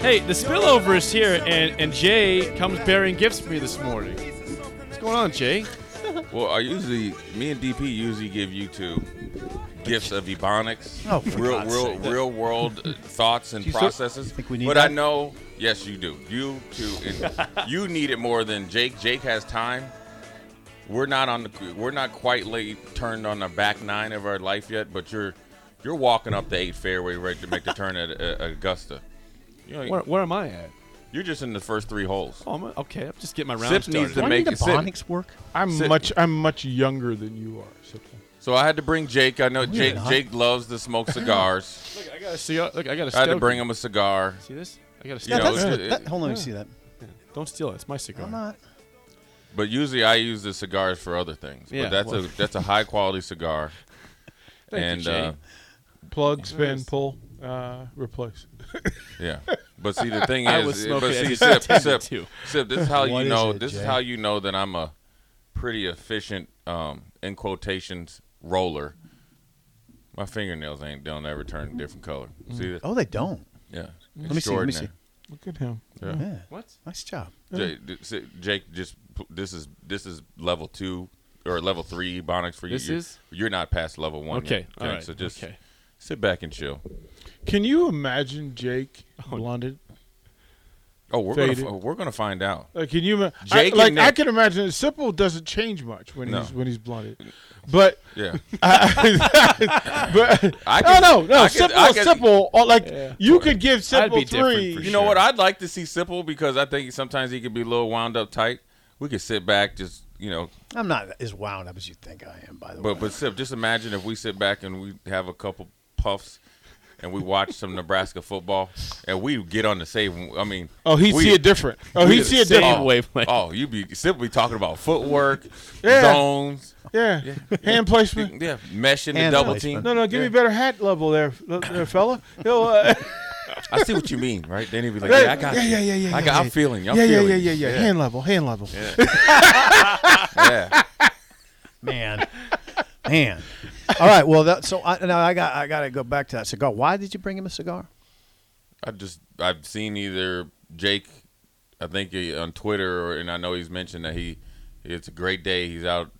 Hey, the spillover is here, and, and Jay comes bearing gifts for me this morning. What's going on, Jay? Well, I usually, me and DP usually give you two gifts of ebonics, Oh, for real, God's real, sake. real world uh, thoughts and you still processes. think we need but that? I know, yes, you do. You too. And you need it more than Jake. Jake has time. We're not on the, we're not quite late turned on the back nine of our life yet, but you're, you're walking up the eight fairway ready to make the turn at uh, Augusta. You know, Where, where am I at? you're just in the first three holes. Oh, I'm, okay, I'm just getting my round Sip started. needs to Why make do it sit. Ebonics work? I'm Sit. much I'm much younger than you are. So So I had to bring Jake. I know Jake. not. Jake loves to smoke cigars. Look, I got a cigar. Look, I got a. I had to Stogie. bring him a cigar. See this? I got a. You Yeah, Stogie. know, that's, it- that, hold on, let me see that. Don't steal it. It's my cigar. I'm not. But usually I use the cigars for other things. Yeah, but that's well- a that's a high quality cigar. Thank you, and Jay. uh, plug, spin, pull, uh, replace. yeah. But see the thing I is was smoking but as see it's sip intended sip, to. sip this is how What you is know it, this is Jay? how you know that I'm a pretty efficient um, in quotations roller. My fingernails ain't don't ever turn a different color. See that? Oh, they don't. Yeah. Let me see. Let me see. Look at him. Yeah. Yeah. What? Nice job. Mm. Jake, d- si- Jake, just p- this is this is level two or level three Ebonics for you. This you're, is? you're not past level one. Okay, yet, all Jake, right, So just okay. sit back and chill. Can you imagine Jake blonded? Oh, we're gonna, Faded. f- we're gonna find out. Like, can you? ima- I- Jake and like I Nick. can imagine. that Simple doesn't change much when No. he's when he's blonded, but. Yeah, but I no, could- no, no. I could- Simple, I could- simple. or, like you could give I'd be simple different three. for you know what? I'd like to see Simple because I think sometimes he could be a little wound up tight. We could sit back, just you know, I'm not as wound up as you think I am, by the but way. but Sip, just imagine if we sit back and we have a couple puffs. And we watch some Nebraska football, and we get on the same. I mean, Oh, he'd we- see it different. Oh, we he'd the see it same different. oh, wavelength. Oh, you be simply talking about footwork, Yeah. zones, Yeah. hand placement. yeah, meshing the Hand double team. placement. No, no, give me better hat level there, l- there fella. He'll, uh, I see what you mean, right? Then he'd be like, Right. yeah, I got Yeah, you. yeah, yeah, yeah, I yeah, got, yeah. I'm feeling you. I'm yeah, yeah, feeling yeah, you. yeah, yeah, Hand level, hand level. yeah. man, man. All right. Well, that, so I, now I got I got to go back to that cigar. Why did you bring him a cigar? I just I've seen either Jake, I think he, on Twitter, or, and I know he's mentioned that he it's a great day. He's out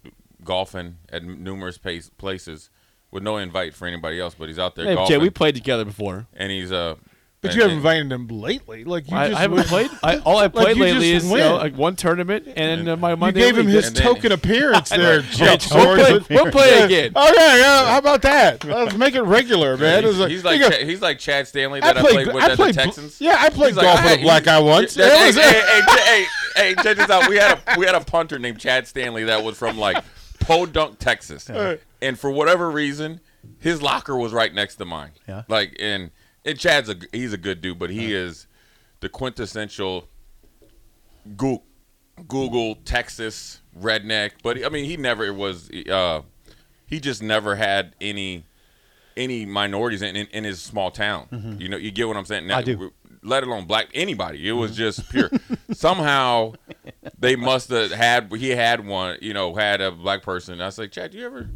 golfing at numerous pace, places with no invite for anybody else, but he's out there Hey, golfing. Jay, we played together before. and he's uh. But and- you haven't and- invited him lately. Like you I, just I haven't went- played. I, all I played you lately just is you know, win. like one tournament and uh, my You Monday. gave him league. his And then- token appearance there, We'll Judge play, George. we'll play again. Oh yeah, yeah. How about that? Let's make it regular, man. It's He's, he's like you go, Cha- he's like Chad Stanley I that I played, played, with I at played, the Texans. yeah, I played He's like, golf "Hey, with a black you- guy once. That- It hey, was- hey, hey, hey, hey, hey, check this out. We had a we had a punter named Chad Stanley that was from like Podunk, Texas, and for whatever reason, his locker was right next to mine. Yeah. Like and and Chad's a he's a good dude, but he is the quintessential Google, Google Texas redneck. But I mean, he never was. Uh, he just never had any any minorities in, in, in his small town. You know, you get what I'm saying? Now, Mm-hmm. I do. Mm-hmm. Let alone black anybody. It was just pure. Somehow they must have had. He had one. You know, had a black person. I was like, Chad, do you ever?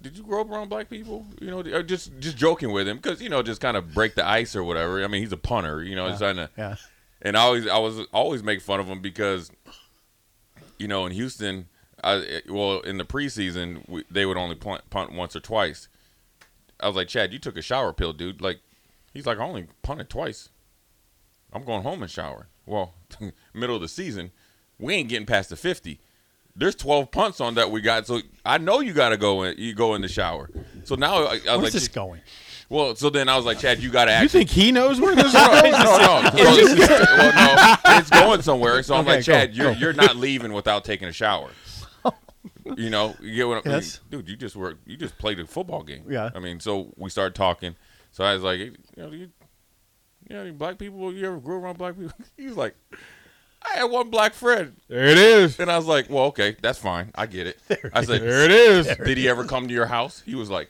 Did you grow up around black people? You know, or just just joking with him because you know, just kind of break the ice or whatever. I mean, he's a punter. You know, it's kind of Yeah. and I always I was always make fun of him because you know in Houston, I well in the preseason we, they would only punt, punt once or twice. I was like Chad, you took a shower pill, dude. Like he's like I only punted twice. I'm going home and shower. Well, middle of the season, we ain't getting past the fifty. There's 12 punts on that we got, so I know you got to go in. You go in the shower. So now I, I was Where's like, this going? Well, so then I was like, Chad, you got to You actually. think he knows where this is? no, no, going? no, no. So this is- well, no, it's going somewhere. So I'm Okay, like, Chad, go, you're you're not leaving without taking a shower. You know, you get what I'm Yes. dude. You just work. You just played a football game. Yeah. I mean, so we started talking. So I was like, you know, you, you know, any black people. You ever grew around black people? He was like, I had one black friend, There it is. and I was like, well, okay, that's fine. I get it. I said, There it is. did he ever come to your house? He was like.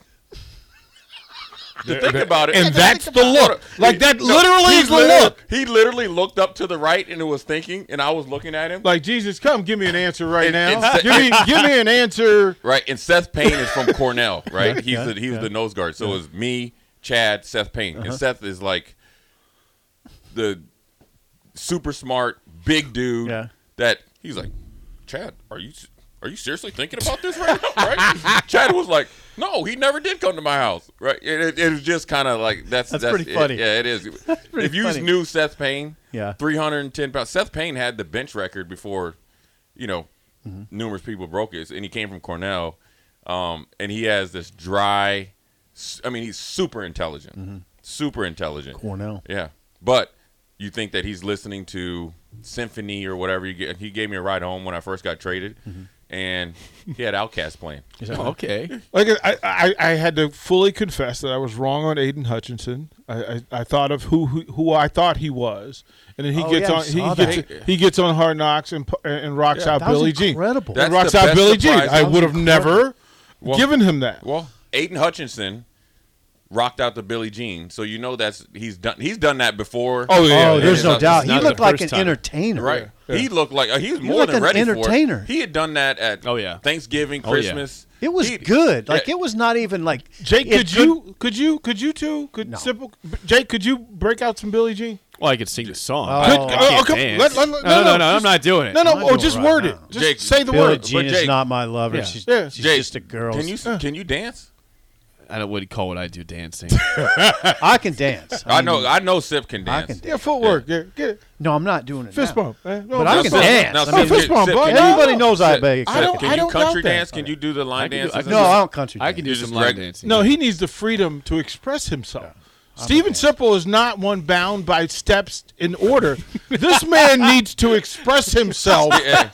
To think about it, And that's the look. Like that No, literally he is the literally- look. He literally looked up to the right and it was thinking, and I was looking at him. Like Jesus, come give me an answer right And- now. and- give me give me an answer. right, and Seth Payne is from Cornell, right? He's yeah, Uh-huh. the he was the nose guard. So it was me, Chad, Seth Payne, and Seth is like the super smart big dude. Yeah. That he's like, Chad, are you are you seriously thinking about this right now? Right? Chad was like, No, he never did come to my house. Right? It, it, it was just kind of like that's That's that's, pretty it- funny. yeah, it is. pretty if you funny. knew Seth Payne, Yeah. 310 pounds. Seth Payne had the bench record before, you know, Mm-hmm. numerous people broke it, and he came from Cornell, um, and he has this dry. s- I mean, he's super intelligent, Mm-hmm. super intelligent. Cornell. Yeah, but you think that he's listening to symphony or whatever? You get, he gave me a ride home when I first got traded, Mm-hmm. and he had Outcast playing. Oh, Okay. Like I, I, I had to fully confess that I was wrong on Aiden Hutchinson. I, I, I thought of who, who who I thought he was, and then he Oh, gets yeah, I on saw he gets that. he gets on Hard Knocks and pu- and rocks out That was Billy Jean. incredible. That's And rocks the out best Billy Jean. surprise. I That was would have never Well- given him that. Well, Aiden Hutchinson rocked out the Billy Jean, so you know that's he's done. He's done that before. oh yeah, oh, yeah, there's yeah. no not- doubt. it's He not looked the like first an time. entertainer. Right. He looked like uh, he was more looked than an ready entertainer. for it. He had done that at Oh, yeah. Thanksgiving, Oh, yeah. Christmas. It was He- good. Like yeah. it was not even like Jake, it could you could you could you too could No. simple Jake could you break out some Billy Jean? Well, I could sing the song. Oh. I Could- can't oh, come- dance. let- let- let- no, no, no, no, no, I'm just- not doing it. No, I'm no, not oh, doing just it word right it. now. Just Jake, say the Billie Billie word. Jean is Jake- not my lover. Yeah. She's, Yeah. she's Jake, just a girl. Can you can you dance? I don't- wouldn't call what I do dancing. I can dance. I know I know Sip can I dance. can dance. Yeah, footwork. Yeah, get it. No, I'm not doing it. Fist now. bump. eh? No, But I fist can bump. dance. I Sip, mean, fist bump, Sip, bud. can you- Everybody knows I Sip, beg. I don't- Can I you don't country doubt that. dance? Can you do the I line can do- dances? I and can No, stuff? I don't country dance. I can do You're just some line reg- dancing. No, he needs the freedom to express himself. Steven Simple is not one bound by steps in order. this man needs to express himself. Yeah.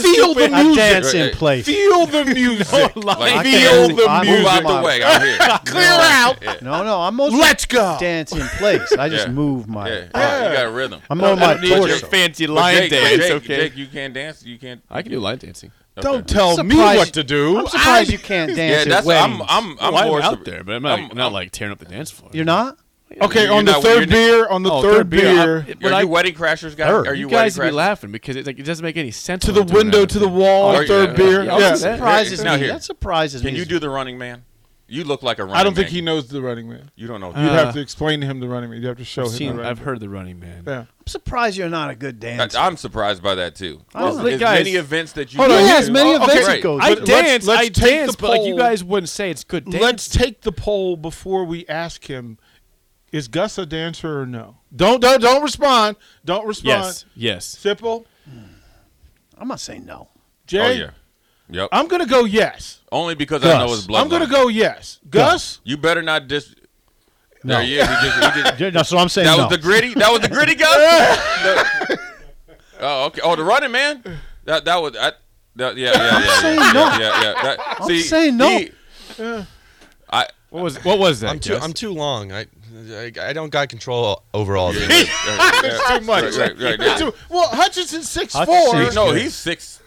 feel the I music. dance Right, in right. place. Feel the music. Like, I feel can- the I Move out my- the way. I'm here. Clear out. No, no, I'm mostly Let's go. dance in place. I just Yeah. move my. Yeah. Yeah, You got a rhythm. I'm on my need your torso. fancy But line Jake- but dance, Jake- okay? Jake, you can't dance. You can't. I can do line dancing. okay. Don't tell me Surprised- what to do. I'm surprised I- you can't Yeah, dance at that's. I'm. weddings. I'm. I'm Well, I'm more out sur- there, but I'm not, I'm- I'm not I'm- like tearing up the dance floor. You're not. Okay, You're on the not- you're third not- beer, on the Oh, third, beer, I- but Are I- you wedding crashers guys? Third. Are you, you wedding guys be crashers? laughing because it, like, it doesn't make any sense. to what the I'm doing window, out to the there. wall, Oh, on yeah, the third yeah, beer. yeah. Yeah. Oh, that Yeah. surprises Now me. here. That surprises me. Can you do the running man? You look like a running. I don't think man. he knows the running man. You don't know. You'd Uh, have to explain to him the running man. You'd have to show I've, him. seen, the running I've heard the running man. Man. Yeah. I'm surprised you're not a good I, dancer. I'm surprised by that too. Well, As- as guys- many events that you Oh, Hold on, do- yes, many Oh, okay. events it Right. goes. I But let's- dance, let's I take the dance, but like you poll. guys wouldn't say it's good dance. Let's take the poll before we ask him: Is Gus a dancer or no? Don't don't don't respond. Don't respond. yes, yes. Simple. I'm not saying no. Jay. Oh yeah. Yep. I'm gonna go yes. Only because I Gus. know his blood. I'm gonna go yes. Gus. You better not dis. No. There he is. He just- he just- That's what I'm saying. that no. was the gritty. That was the gritty guy. oh okay. Oh the running man. That that was. I, that, yeah yeah yeah. yeah, saying yeah, no. Yeah yeah. That, I'm see, saying no. he- I. What was what was that? I'm too. Gus? I'm too long. I, I, I don't got control over all this. That's too much. Right, right, right, yeah. Well, Hutchinson's six Hutchinson's four. No, he's six.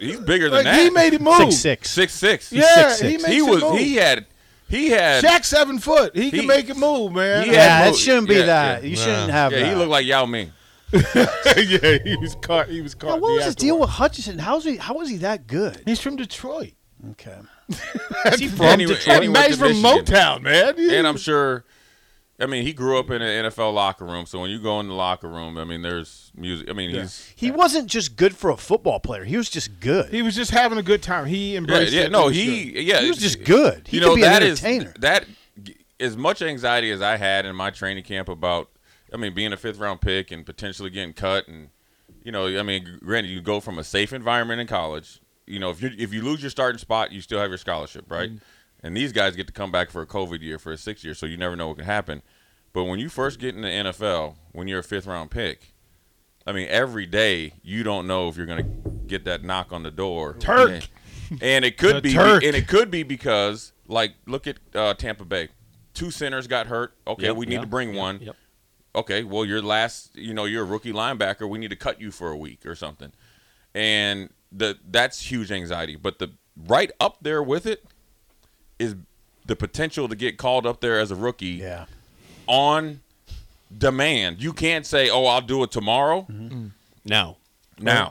He's bigger than like, that. he made it move. six six. six six. Yeah, six, he six. makes he it was. move. He had. He had. Shaq's seven foot. He, He- can make it move, man. he had Yeah, it mo- shouldn't be yeah, that. yeah. You Nah. shouldn't have Yeah, that. he looked like Yao Ming. yeah, he was caught. He was caught. Now, in what the was his deal afterwork. with Hutchinson? How's he? How was he that good? He's from Detroit. Okay. Is he from Detroit? And he's from Michigan. Motown, man. and I'm sure. I mean, he grew up in an NFL locker room, so when you go in the locker room, I mean, there's music. I mean, he's He wasn't just good for a football player. He was just good. He was just having a good time. He yeah, embraced yeah it. no, was he good. yeah, He was just good. He you could know be an that is- entertainer. that as much anxiety as I had in my training camp about, I mean, being a fifth round pick and potentially getting cut, and you know, I mean, granted, you go from a safe environment in college. You know, if you if you lose your starting spot, you still have your scholarship, right? Mm-hmm. And these guys get to come back for a COVID year, for a six year, so you never know what can happen. But when you first get in the NFL, when you're a fifth round pick, I mean, every day you don't know if you're going to get that knock on the door. Turk. And, and it could The be, Turk. and it could be because, like, look at uh, Tampa Bay. Two centers got hurt. Okay, Yep, we need yeah, to bring yeah, one Yep. okay, well, your last, you know, you're a rookie linebacker. We need to cut you for a week or something. And the that's huge anxiety. But the right up there with it is the potential to get called up there as a rookie Yeah. on demand. You can't say, "Oh, I'll do it tomorrow." Now. Now,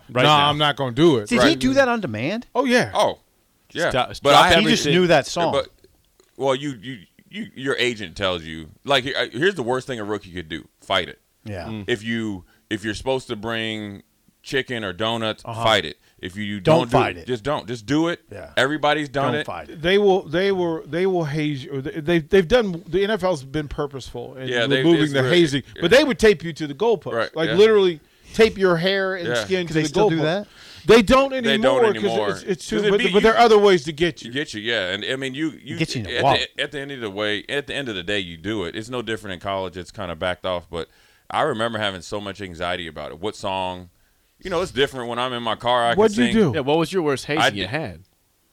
Mm-hmm. Right no, now. I'm not going to do it. Did he Right. do that on demand? Oh yeah. oh, yeah, Stop- but stop I he haven't. just everything- knew that song. But well, you you you your agent tells you like here- here's the worst thing a rookie could do: fight it. yeah. if you if you're supposed to bring chicken or donuts, Uh-huh. fight it. If you Don't don't, do fight it. just don't. Just do it. Yeah. Everybody's done Don't it. fight it. They will. They were. They will haze. you- Or they, they've they've done. The NFL's been purposeful in Yeah, they- removing it's the really- hazing, but they would tape you to the goalpost, Right, like yeah. literally tape your hair and Yeah. Can skin to they the still do goalpost. that? They don't They anymore. don't 'cause anymore. It's, it's too, 'Cause it'd but, be- but there are other ways to get You you. get you, yeah, and I mean you you Get you in the at, wallet. the, at the end of the way, at the end of the day, you do it. It's no different in college. It's kind of backed off, but I remember having so much anxiety about it. What song? You know, it's different when I'm in my car. I What'd can you sing. do? Yeah, what was your worst hazing I you did- had?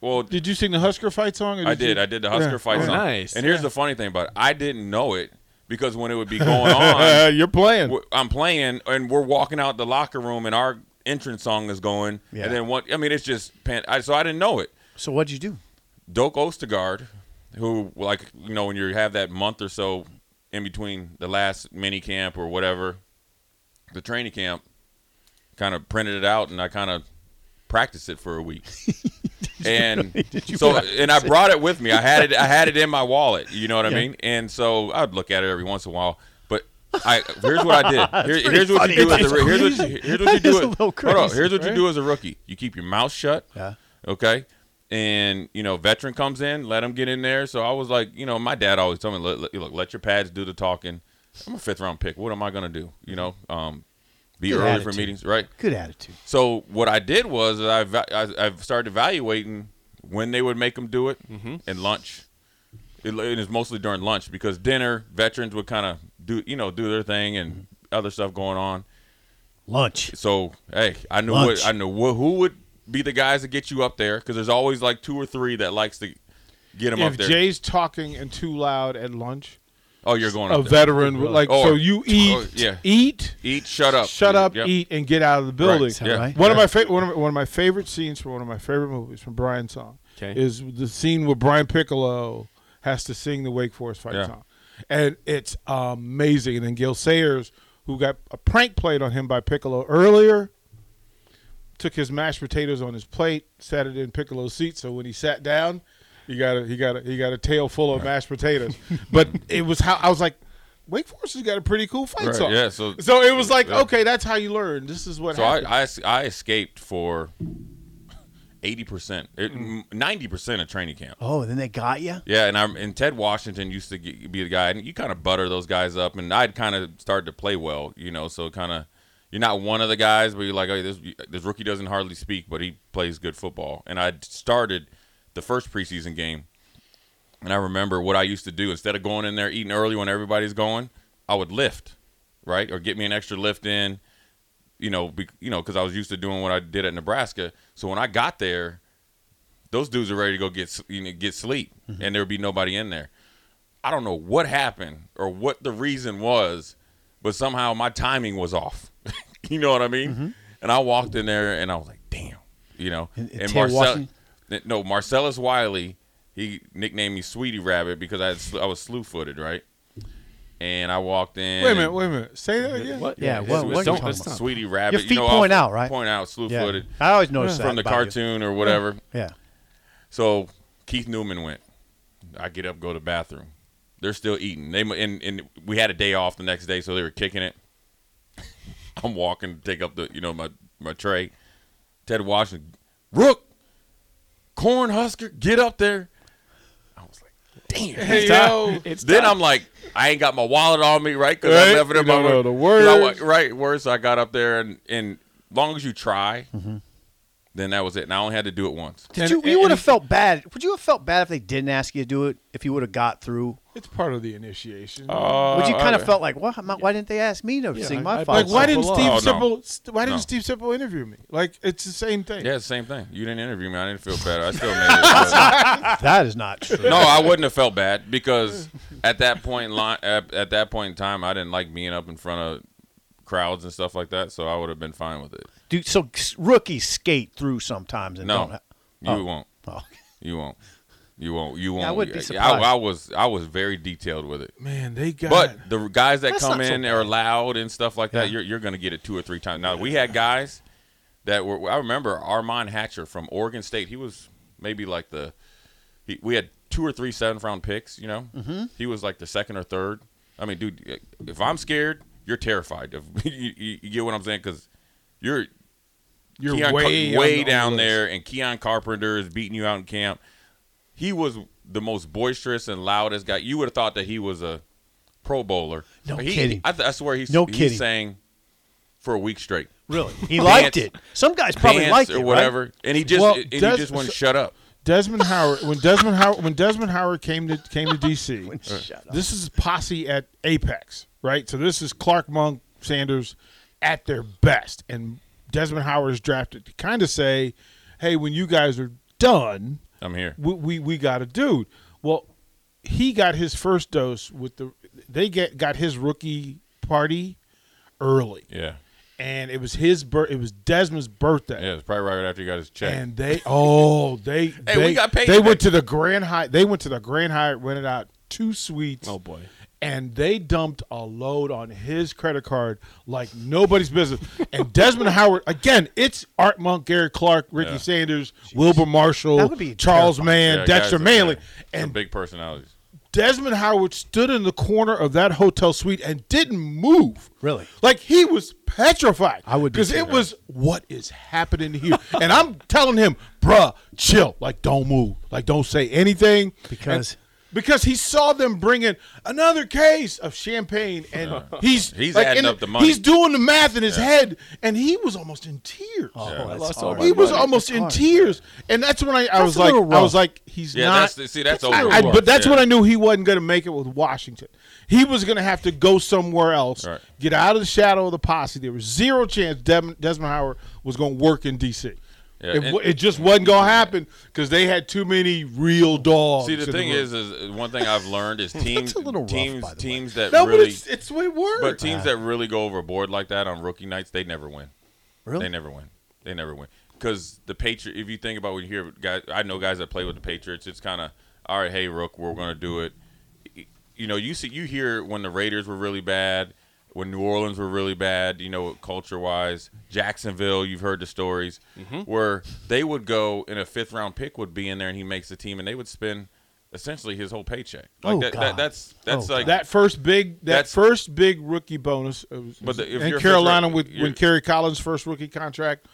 Well, Did you sing the Husker fight song? Or I did. You? I did the Husker Yeah. fight Oh, song. nice. And here's the funny thing about it: I didn't know it because when it would be going on, Uh, you're playing. w- I'm playing and we're walking out the locker room and our entrance song is going. Yeah. And then what? I mean, it's just pan- I, so I didn't know it. So what'd you do? Doak Ostergaard, who like you know when you have that month or so in between the last mini camp or whatever, the training camp, kind of printed it out and I kind of practiced it for a week. and so and I brought it with me. I had it I had it in my wallet, you know what I mean? And so I'd look at it every once in a while, but I here's what I did. Here- here's what you do as a roo- here's what you, here's what you That is do. as- a little hold on, crazy, here's what right? you do as a rookie. You keep your mouth shut. Yeah. Okay. And you know, veteran comes in, let him get in there. So I was like, you know, my dad always told me, "Let- let- look, let your pads do the talking. I'm a fifth round pick. What am I gonna do? You know, um, be Good early attitude. for meetings, right? Good attitude. So what I did was I va- I, I started evaluating when they would make them do it Mm-hmm. and lunch. It, it is mostly during lunch because dinner veterans would kind of do you know do their thing Mm-hmm. and other stuff going on. Lunch. So hey, I knew Lunch. what I knew wh- who would be the guys that get you up there because there's always like two or three that likes to get them up if there. Jay's talking and too loud at lunch, oh, you're going a up there. veteran would like Or- so you eat, or- yeah. eat, Eat, shut up, shut up, Yep. eat, and get out of the building. Right. Yeah. Right? One of my favorite one of, one of my favorite scenes from one of my favorite movies from Brian's song Okay. is the scene where Brian Piccolo has to sing the Wake Forest fight Yeah. song, and it's amazing. And then Gil Sayers, who got a prank played on him by Piccolo earlier, took his mashed potatoes on his plate, sat it in Piccolo's seat. So when he sat down, he got a he got a he got a tail full of mashed potatoes. but it was how I was like. Wake Forest has got a pretty cool fight Right, song. yeah, so- it was like, Yeah. okay, that's how you learn. This is what So happened. I, I es- I escaped for eighty percent, ninety percent of training camp. Oh, then they got you? Yeah, and I'm and Ted Washington used to get, be the guy, and you kind of butter those guys up, and I'd kind of started to play well, you know, so kind of you're not one of the guys, but you're like, hey, this this rookie doesn't hardly speak, but he plays good football, and I started the first preseason game, and I remember what I used to do instead of going in there eating early when everybody's going, I would lift, right, or get me an extra lift in, you know, be, you know, because I was used to doing what I did at Nebraska, so when I got there those dudes are ready to go get s- you know, get sleep, Mm-hmm. and there would be nobody in there. I don't know what happened or what the reason was, but somehow my timing was off. you know what I mean? Mm-hmm. And I walked in there and I was like, "Damn," you know. And- and And Ted Marcel, Washington? N- no, Marcellus Wiley, he nicknamed me Sweetie Rabbit because I had, sl- I was slew footed, right? And I walked in. Wait a and- minute, wait a minute. Say that again. What? Yeah, It's- what- it's- what are you don't- talking it's about? Sweetie Rabbit. feet you know, point I'll out, right? Point out, slew Yeah. footed I always notice that. from the about you. cartoon or whatever. Yeah. So Keith Newman went. I get up, go to the bathroom. They're still eating. They mu- and, and we had a day off the next day, so they were kicking it. I'm walking to take up the you know my my tray. Ted Washington, Rook, Corn Husker, get up there. I was like, damn. yo, then I'm like, I ain't got my wallet on me, right? Because I Right. left it You in my don't know room. 'Cause I the wa- words. Mm-hmm. right, words. So I got up there, and and long as you try, then that was it. And I only had to do it once. Did And- you? and- you would and- have felt bad. Would you have felt bad if they didn't ask you to do it? If you would have got through? It's part of the initiation. Uh, Would you kind I- of felt like, why, am I- why didn't they ask me to sing my five? like why didn't songs?" Steve Oh, no. Simple? st- Why didn't No. Steve Simple interview me? Like it's the same thing. Yeah, it's the same thing. You didn't interview me. I didn't feel bad. I still made That is not true. it. no, I wouldn't have felt bad because at that point, in line, at, at that point in time, I didn't like being up in front of crowds and stuff like that. So I would have been fine with it. Dude, so s- rookies skate through sometimes and don't. No, Ha- you Oh. won't. oh. You won't. You won't. You won't. I would be I, surprised. I was. I was very detailed with it. man, they got. But the guys that That's come not so in are loud and stuff like that. You're you're gonna get it two or three times. Now we had guys that were. I remember Armand Hatcher from Oregon State. He was maybe like the. He, we had two or three seventh round picks. You know, mm-hmm. he was like the second or third. I mean, dude, if I'm scared, you're terrified. If you, you, you get what I'm saying, because you're you're Keon Car- way on the- on the down list. there, and Keon Carpenter is beating you out in camp. He was the most boisterous and loudest guy. You would have thought that he was a Pro Bowler. No He- kidding. I, th- I swear he's No he kidding. sang for a week straight, Really? He liked Dance- it. Some guys probably Dance liked it. or right? whatever, and he just Well, and he does- just wouldn't so- shut up. Desmond Howard when Desmond Howard when Desmond Howard came to came to DC. Shut up. this is posse at Apex, right? So this is Clark Monk Sanders at their best, and Desmond Howard is drafted to kind of say, "Hey, when you guys are done, I'm here. we we, we got a dude." Well, he got his first dose with the they get got his rookie party early, Yeah, and it was his bir- it was Desmond's birthday. yeah. It's probably right after you got his check. And they oh they Hey, they, we got paid they today. went to the Grand Hyatt they went to the Grand Hyatt rented out two suites. Oh boy. And they dumped a load on his credit card like nobody's business. and Desmond Howard again, it's Art Monk, Gary Clark, Ricky Yeah. Sanders, Wilbur Marshall, That would be Charles terrifying. Yeah, Mann, guys Dexter that- Manley, yeah, some and big personalities. Desmond Howard stood in the corner of that hotel suite and didn't move. Really? Like he was petrified. I would be because too. it was what is happening here, and I'm telling him, bruh, chill. Like don't move. Like don't say anything. Because- And- because he saw them bringing another case of champagne, and he's He's like, adding in- up the money. He's doing the math in his head, and he was almost in tears. Oh, that's lost all hard. my He was money. almost That's in hard. tears, and that's when I, I That's was a like, little I was rough. like, he's Yeah, not. that's see, that's I- over. I- but that's yeah. when I knew he wasn't going to make it with Washington. He was going to have to go somewhere else, Right. get out of the shadow of the posse. There was zero chance Dem- Desmond Howard was going to work in D.C. Yeah, it, and- wa- it just wasn't going to happen because they had too many real dogs. Oh, See, in the thing room. is, is one thing I've learned is teams, a little rough, teams, by the way. teams that no, but really it's, it's way worse. But teams that really go overboard like that on rookie nights, they never win. Really? They never win. They never win. Because the Patriot, if you think about when you hear guys, I know guys that play with the Patriots. It's kind of all right. Hey, Rook, we're going to do it. You know, you see, you hear when the Raiders were really bad, when New Orleans were really bad. You know, culture wise, Jacksonville. You've heard the stories Mm-hmm. where they would go and a fifth round pick would be in there, and he makes the team, and they would spend essentially his whole paycheck. Like Oh, that, that, God. that's that's Oh, like that first big that That's- first big rookie bonus, uh, was- But the- if in you're- Carolina with you're- when Kerry Collins' first rookie contract.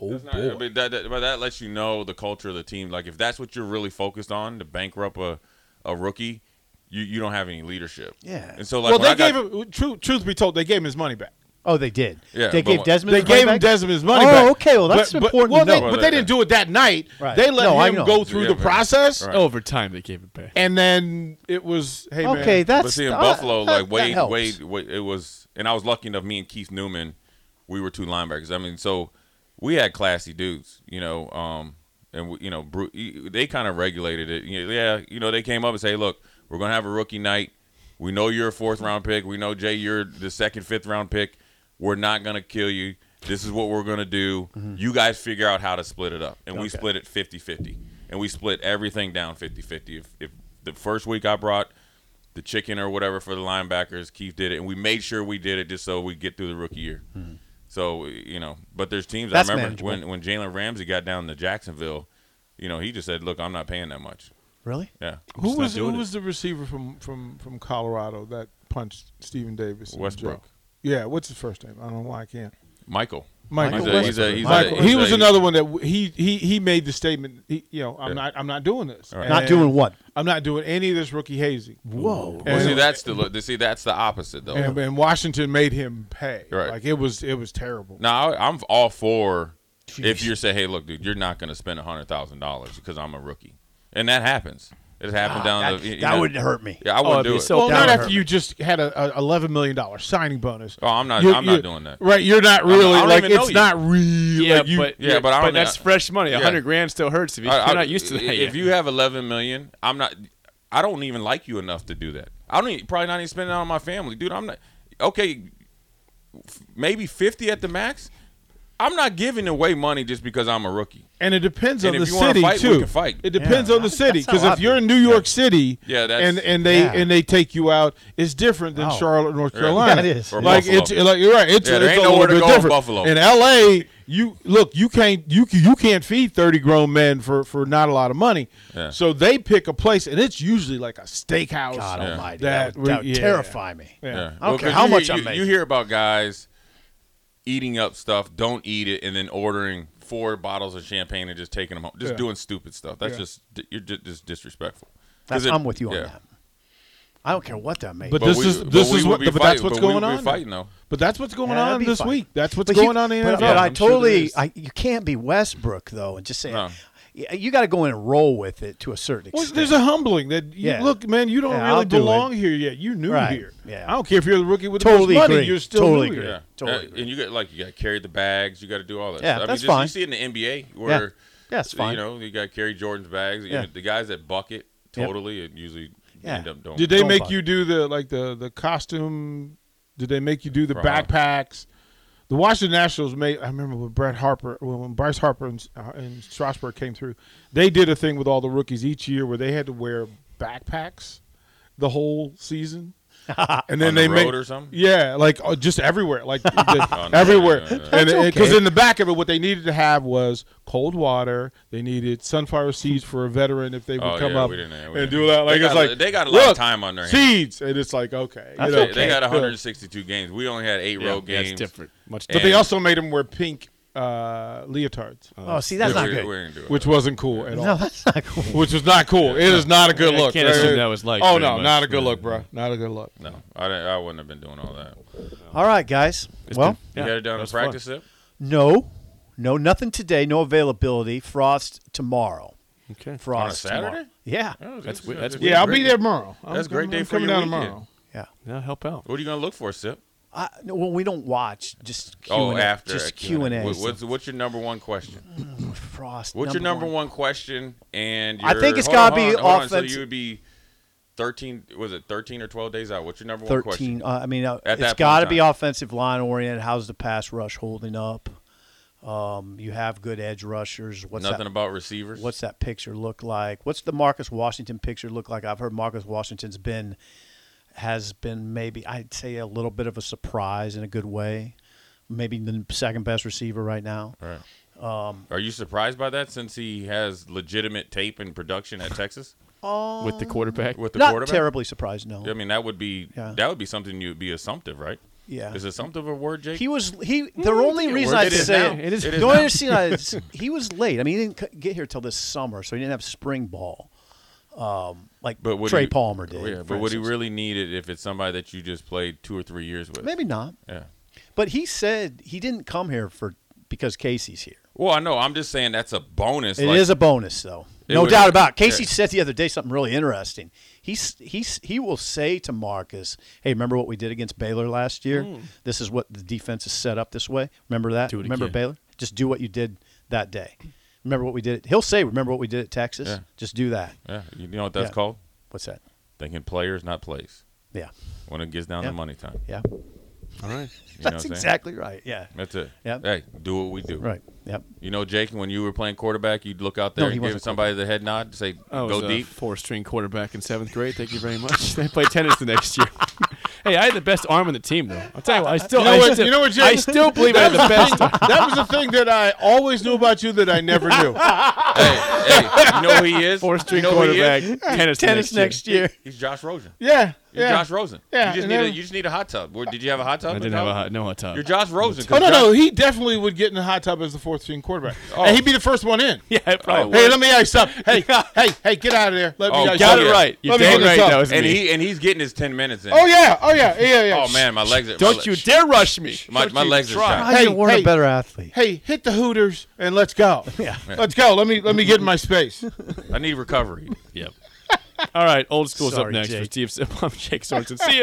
Oh That's not- I mean, that, that, but that lets you know the culture of the team. Like, if that's what you're really focused on, to bankrupt a, a rookie, you, you don't have any leadership. Yeah. And so, like, well, when they I gave got- him. Truth, truth be told, they gave him his money back. Oh, they did. Yeah, they but gave what- Desmond. They his gave money back? him Desmond his money Oh, back. okay. Well, that's But- but- important. well, to know. They, but they didn't do it that night. Right. They let No, I him know. go through Yeah, the right. process, Right. Over time, they gave it back. and then it was hey man. okay, that's but see, in uh, Buffalo, that- like, that Wade, helps. Wade, Wade, it was, and I was lucky enough, me and Keith Newman, we were two linebackers. I mean, so we had classy dudes, you know, um, and, we, you know, Bru- e, they kind of regulated it. You know, yeah, you know, they came up and say, hey, look, we're going to have a rookie night. We know you're a fourth round pick. We know, Jay, you're the second, fifth round pick. We're not going to kill you. This is what we're going to do. Mm-hmm. You guys figure out how to split it up. And we split it 50 50. And we split everything down 50 50. If, if the first week I brought the chicken or whatever for the linebackers, Keith did it. And we made sure we did it just so we get through the rookie year. So, you know, but there's teams. That's I remember when, manageable. when Jalen Ramsey got down to Jacksonville, you know, he just said, look, I'm not paying that much. Really? Yeah. Who Just not was who doing it. was the receiver from from from Colorado that punched Stephen Davis? and Westbrook. Joe? Yeah, what's his first name? I don't know why I can't. Michael. Michael He's a- he's a- he's a- Michael, he's he was a- another one that w- he he he made the statement. He, you know, I'm Yeah. not I'm not doing this. Right. Not And doing what? I'm not doing any of this rookie hazing. Whoa. Well, And- see, that's the look. See, that's the opposite though. And, and Washington made him pay. Oh. Right. Like it was it was terrible. Now I- I'm all for If you say, hey, look, dude, you're not going to spend hundred thousand dollars because I'm a rookie, and that happens. It happened down that, the. you that know- would hurt me. Yeah, I Oh, it'd wouldn't do be it. so Well, That not would after hurt. you just had a, a eleven million dollar signing bonus. oh, I'm not. You- I'm not you- doing that. Right, you're not really I don't like even know it's you. not really. Yeah, like, you, but yeah, but I don't- that's fresh money. A yeah. hundred grand still hurts if you, I- I- are not used to that. If yet. you have 11 million, I'm not. I don't even like you enough to do that. I don't even, probably not even spend it on my family, dude. I'm not. Okay, f- maybe 50 at the max. I'm not giving away money just because I'm a rookie. and it depends And on if the you wanna city fight, we too. can fight. It depends Yeah, on the that's- city that's how because I if you're feel. in New York City, Yeah, that's- and and they Yeah. and they take you out, it's different than Oh. Charlotte, North Carolina. That is. Or like Buffalo. it's like you're right. It's, Yeah, there it's ain't a nowhere to little bit go in different. Buffalo. In L.A., you look you can't you c- you can't feed thirty grown men for for not a lot of money. Yeah. So they pick a place, and it's usually like a steakhouse. God Yeah. Almighty, That that, would- would, that would yeah. terrify me. Yeah. Yeah. I don't care 'cause how you much hear- I'm you, You making. hear about guys eating up stuff, don't eat it, and then ordering four bottles of champagne and just taking them home, just Yeah. doing stupid stuff. That's Yeah. just you're ju- just disrespectful. 'Cause That's, it- I'm with you on yeah. that. I don't care what that makes. But But this we- is but this we is would what be but that's fighting- what's but we going would be on. fighting, though. But that's what's going Yeah, that'd on be this fine. week. That's what's But you- going on in the but, NFL. But I I'm sure there totally, is. I, you can't be Westbrook though, and just say, No. y- you got to go in and roll with it to a certain Well, extent. there's a humbling that you, Yeah. look, man, you don't Yeah, really I'll do belong it. here yet. You new Right. here. Yeah. I don't care if you're the rookie with Totally the most money, agree. you're still Totally new agree. here. Totally Uh, and you got like you got to carry the bags, you got to do all that. Yeah, stuff. that's I mean, fine. just, You see it in the NBA where Yeah, that's fine. You know, you got to carry Jordan's bags. You Yeah. know, the guys that bucket Yep. totally and usually Yeah. end up don't. Did they Don't make bother. you do the like the the costume? Did they make you do the Bruh. backpacks? The Washington Nationals made. I remember when Brett Harper, when when Bryce Harper and, uh, and Strasburg came through, they did a thing with all the rookies each year where they had to wear backpacks the whole season, and then On they the made road or something? Yeah, like uh, just everywhere, like the- Oh, no, everywhere. no, no, no. And That's because okay. in the back of it, what they needed to have was cold water. They needed sunflower seeds for a veteran if they would Oh, come yeah, up we didn't- yeah, we didn't. and do that. They Like it's got- like they got a lot of "Look, time on their hands." seeds, and it's like okay, you They, know. they got Yeah. 162 games. We only had eight Yeah, road that's games. different. Much But they and- also made them wear pink uh, leotards, oh, see, that's Yeah, not we- good. we didn't do it. which wasn't cool at all. no, that's not cool. Which was not cool. It is not a good I look. can't Right, assume right. that was liked Oh very no, much. not a good Yeah. look, bro. Not a good look. no, I didn't, I wouldn't have been doing all that. You All right, guys. well, Yeah, got it down that to was fun. practice it. no, no, nothing today. No availability. Frost tomorrow. Okay. Oh, Frost On a tomorrow. Saturday? Yeah, That's we- that's Yeah, I'll be Great. there tomorrow. That's a great day I'm for coming your down weekend. tomorrow. yeah. Now help out. What are you gonna look for, Sip? I, no, well, we don't watch. Just Q oh, and A, after a just Q and A. What- What's what's your number one question? Frost. What's your number one, question? And I your- think it's hold on, gotta be hold on, hold on. offense- So you would be thirteen. Was it thirteen or twelve days out? What's your number one question? Thirteen. Uh, I mean, uh, At that it's point got to in be time. offensive line oriented. How's the pass rush holding up? Um, you have good edge rushers. What's Nothing that? about receivers. What's that picture look like? What's the Marcus Washington picture look like? I've heard Marcus Washington's been has been maybe I'd say a little bit of a surprise in a good way. Maybe the second best receiver right now. Right. Um, Are you surprised by that since he has legitimate tape and production at Texas With the quarterback. with the Not quarterback? terribly surprised, no. I mean, that would be Yeah. that would be something you'd be assumptive, right? Yeah. Is assumptive a word, Jake? He was he. The only reason works. I It is say now. it It is is the now. only reason I he was late. I mean, he didn't c- get here till this summer, so he didn't have spring ball, um, like but would Trey he- oh, Palmer did. Yeah, for but would he instance. really need it if it's somebody that you just played two or three years with? Maybe not. Yeah. But he said he didn't come here for because Casey's here. Well, I know. I'm just saying that's a bonus. It is like, a bonus, though. It No would- doubt about. It. Casey yeah. said the other day something really interesting. He's he's he will say to Marcus, "Hey, remember what we did against Baylor last year? Hmm. This is what the defense is set up this way. Remember that? Do it remember again." Baylor? Just do what you did that day. Remember what we did? He'll say, "Remember what we did at Texas? Yeah. Just do that." Yeah. You know what that's Yeah. called? What's that? Thinking players, not plays. Yeah, When it gets down Yeah. to money time. yeah. All right. You know That's what I'm saying? exactly right. Yeah, That's it. Yep. Hey, do what we do. right. Yep. You know, Jake, when you were playing quarterback, you'd look out there No, he and give wasn't somebody the head nod, say, I was "Go deep." Four string quarterback in seventh grade. Thank you very much. they play tennis the next year. hey, I had the best arm on the team though. I'll tell you what. I still. You know I what? still, You know what, Jay? I still believe I had the best. that was the thing that I always knew about you that I never knew. hey, hey, you know who he is? Four string you know who he quarterback. is? Tennis, Tennis next year. He's Josh Rosen. Yeah, You're yeah. Josh Rosen. Yeah, You just and need a, then- you just need a hot tub. Where, did you have a hot tub? I didn't No? have a hot, no hot tub. You're Josh Rosen. Oh 'cause no, Josh- Oh. no, he definitely would get in the hot tub as the fourth string quarterback, and he'd be the first one in. yeah, I probably. Hey, let me ice up. Hey, hey, hey, get out of there. Let Oh, me ice got up. it right. You're Let me damn ice right, up. that was- And me. he and he's getting his ten minutes in. Oh yeah, oh yeah, yeah, yeah. Oh man, my legs. Are, my Don't le- you dare rush me. My, Don't my you legs are try. shot. I Hey, hey, weren't hey. a better athlete. Hey, hit the Hooters and let's go. Yeah. Let's go. Let me let me get in my space. I need recovery. Yep. All right, old school's up Sorry, next for Jake. Steve Sip. I'm Jake Sorensen. See you.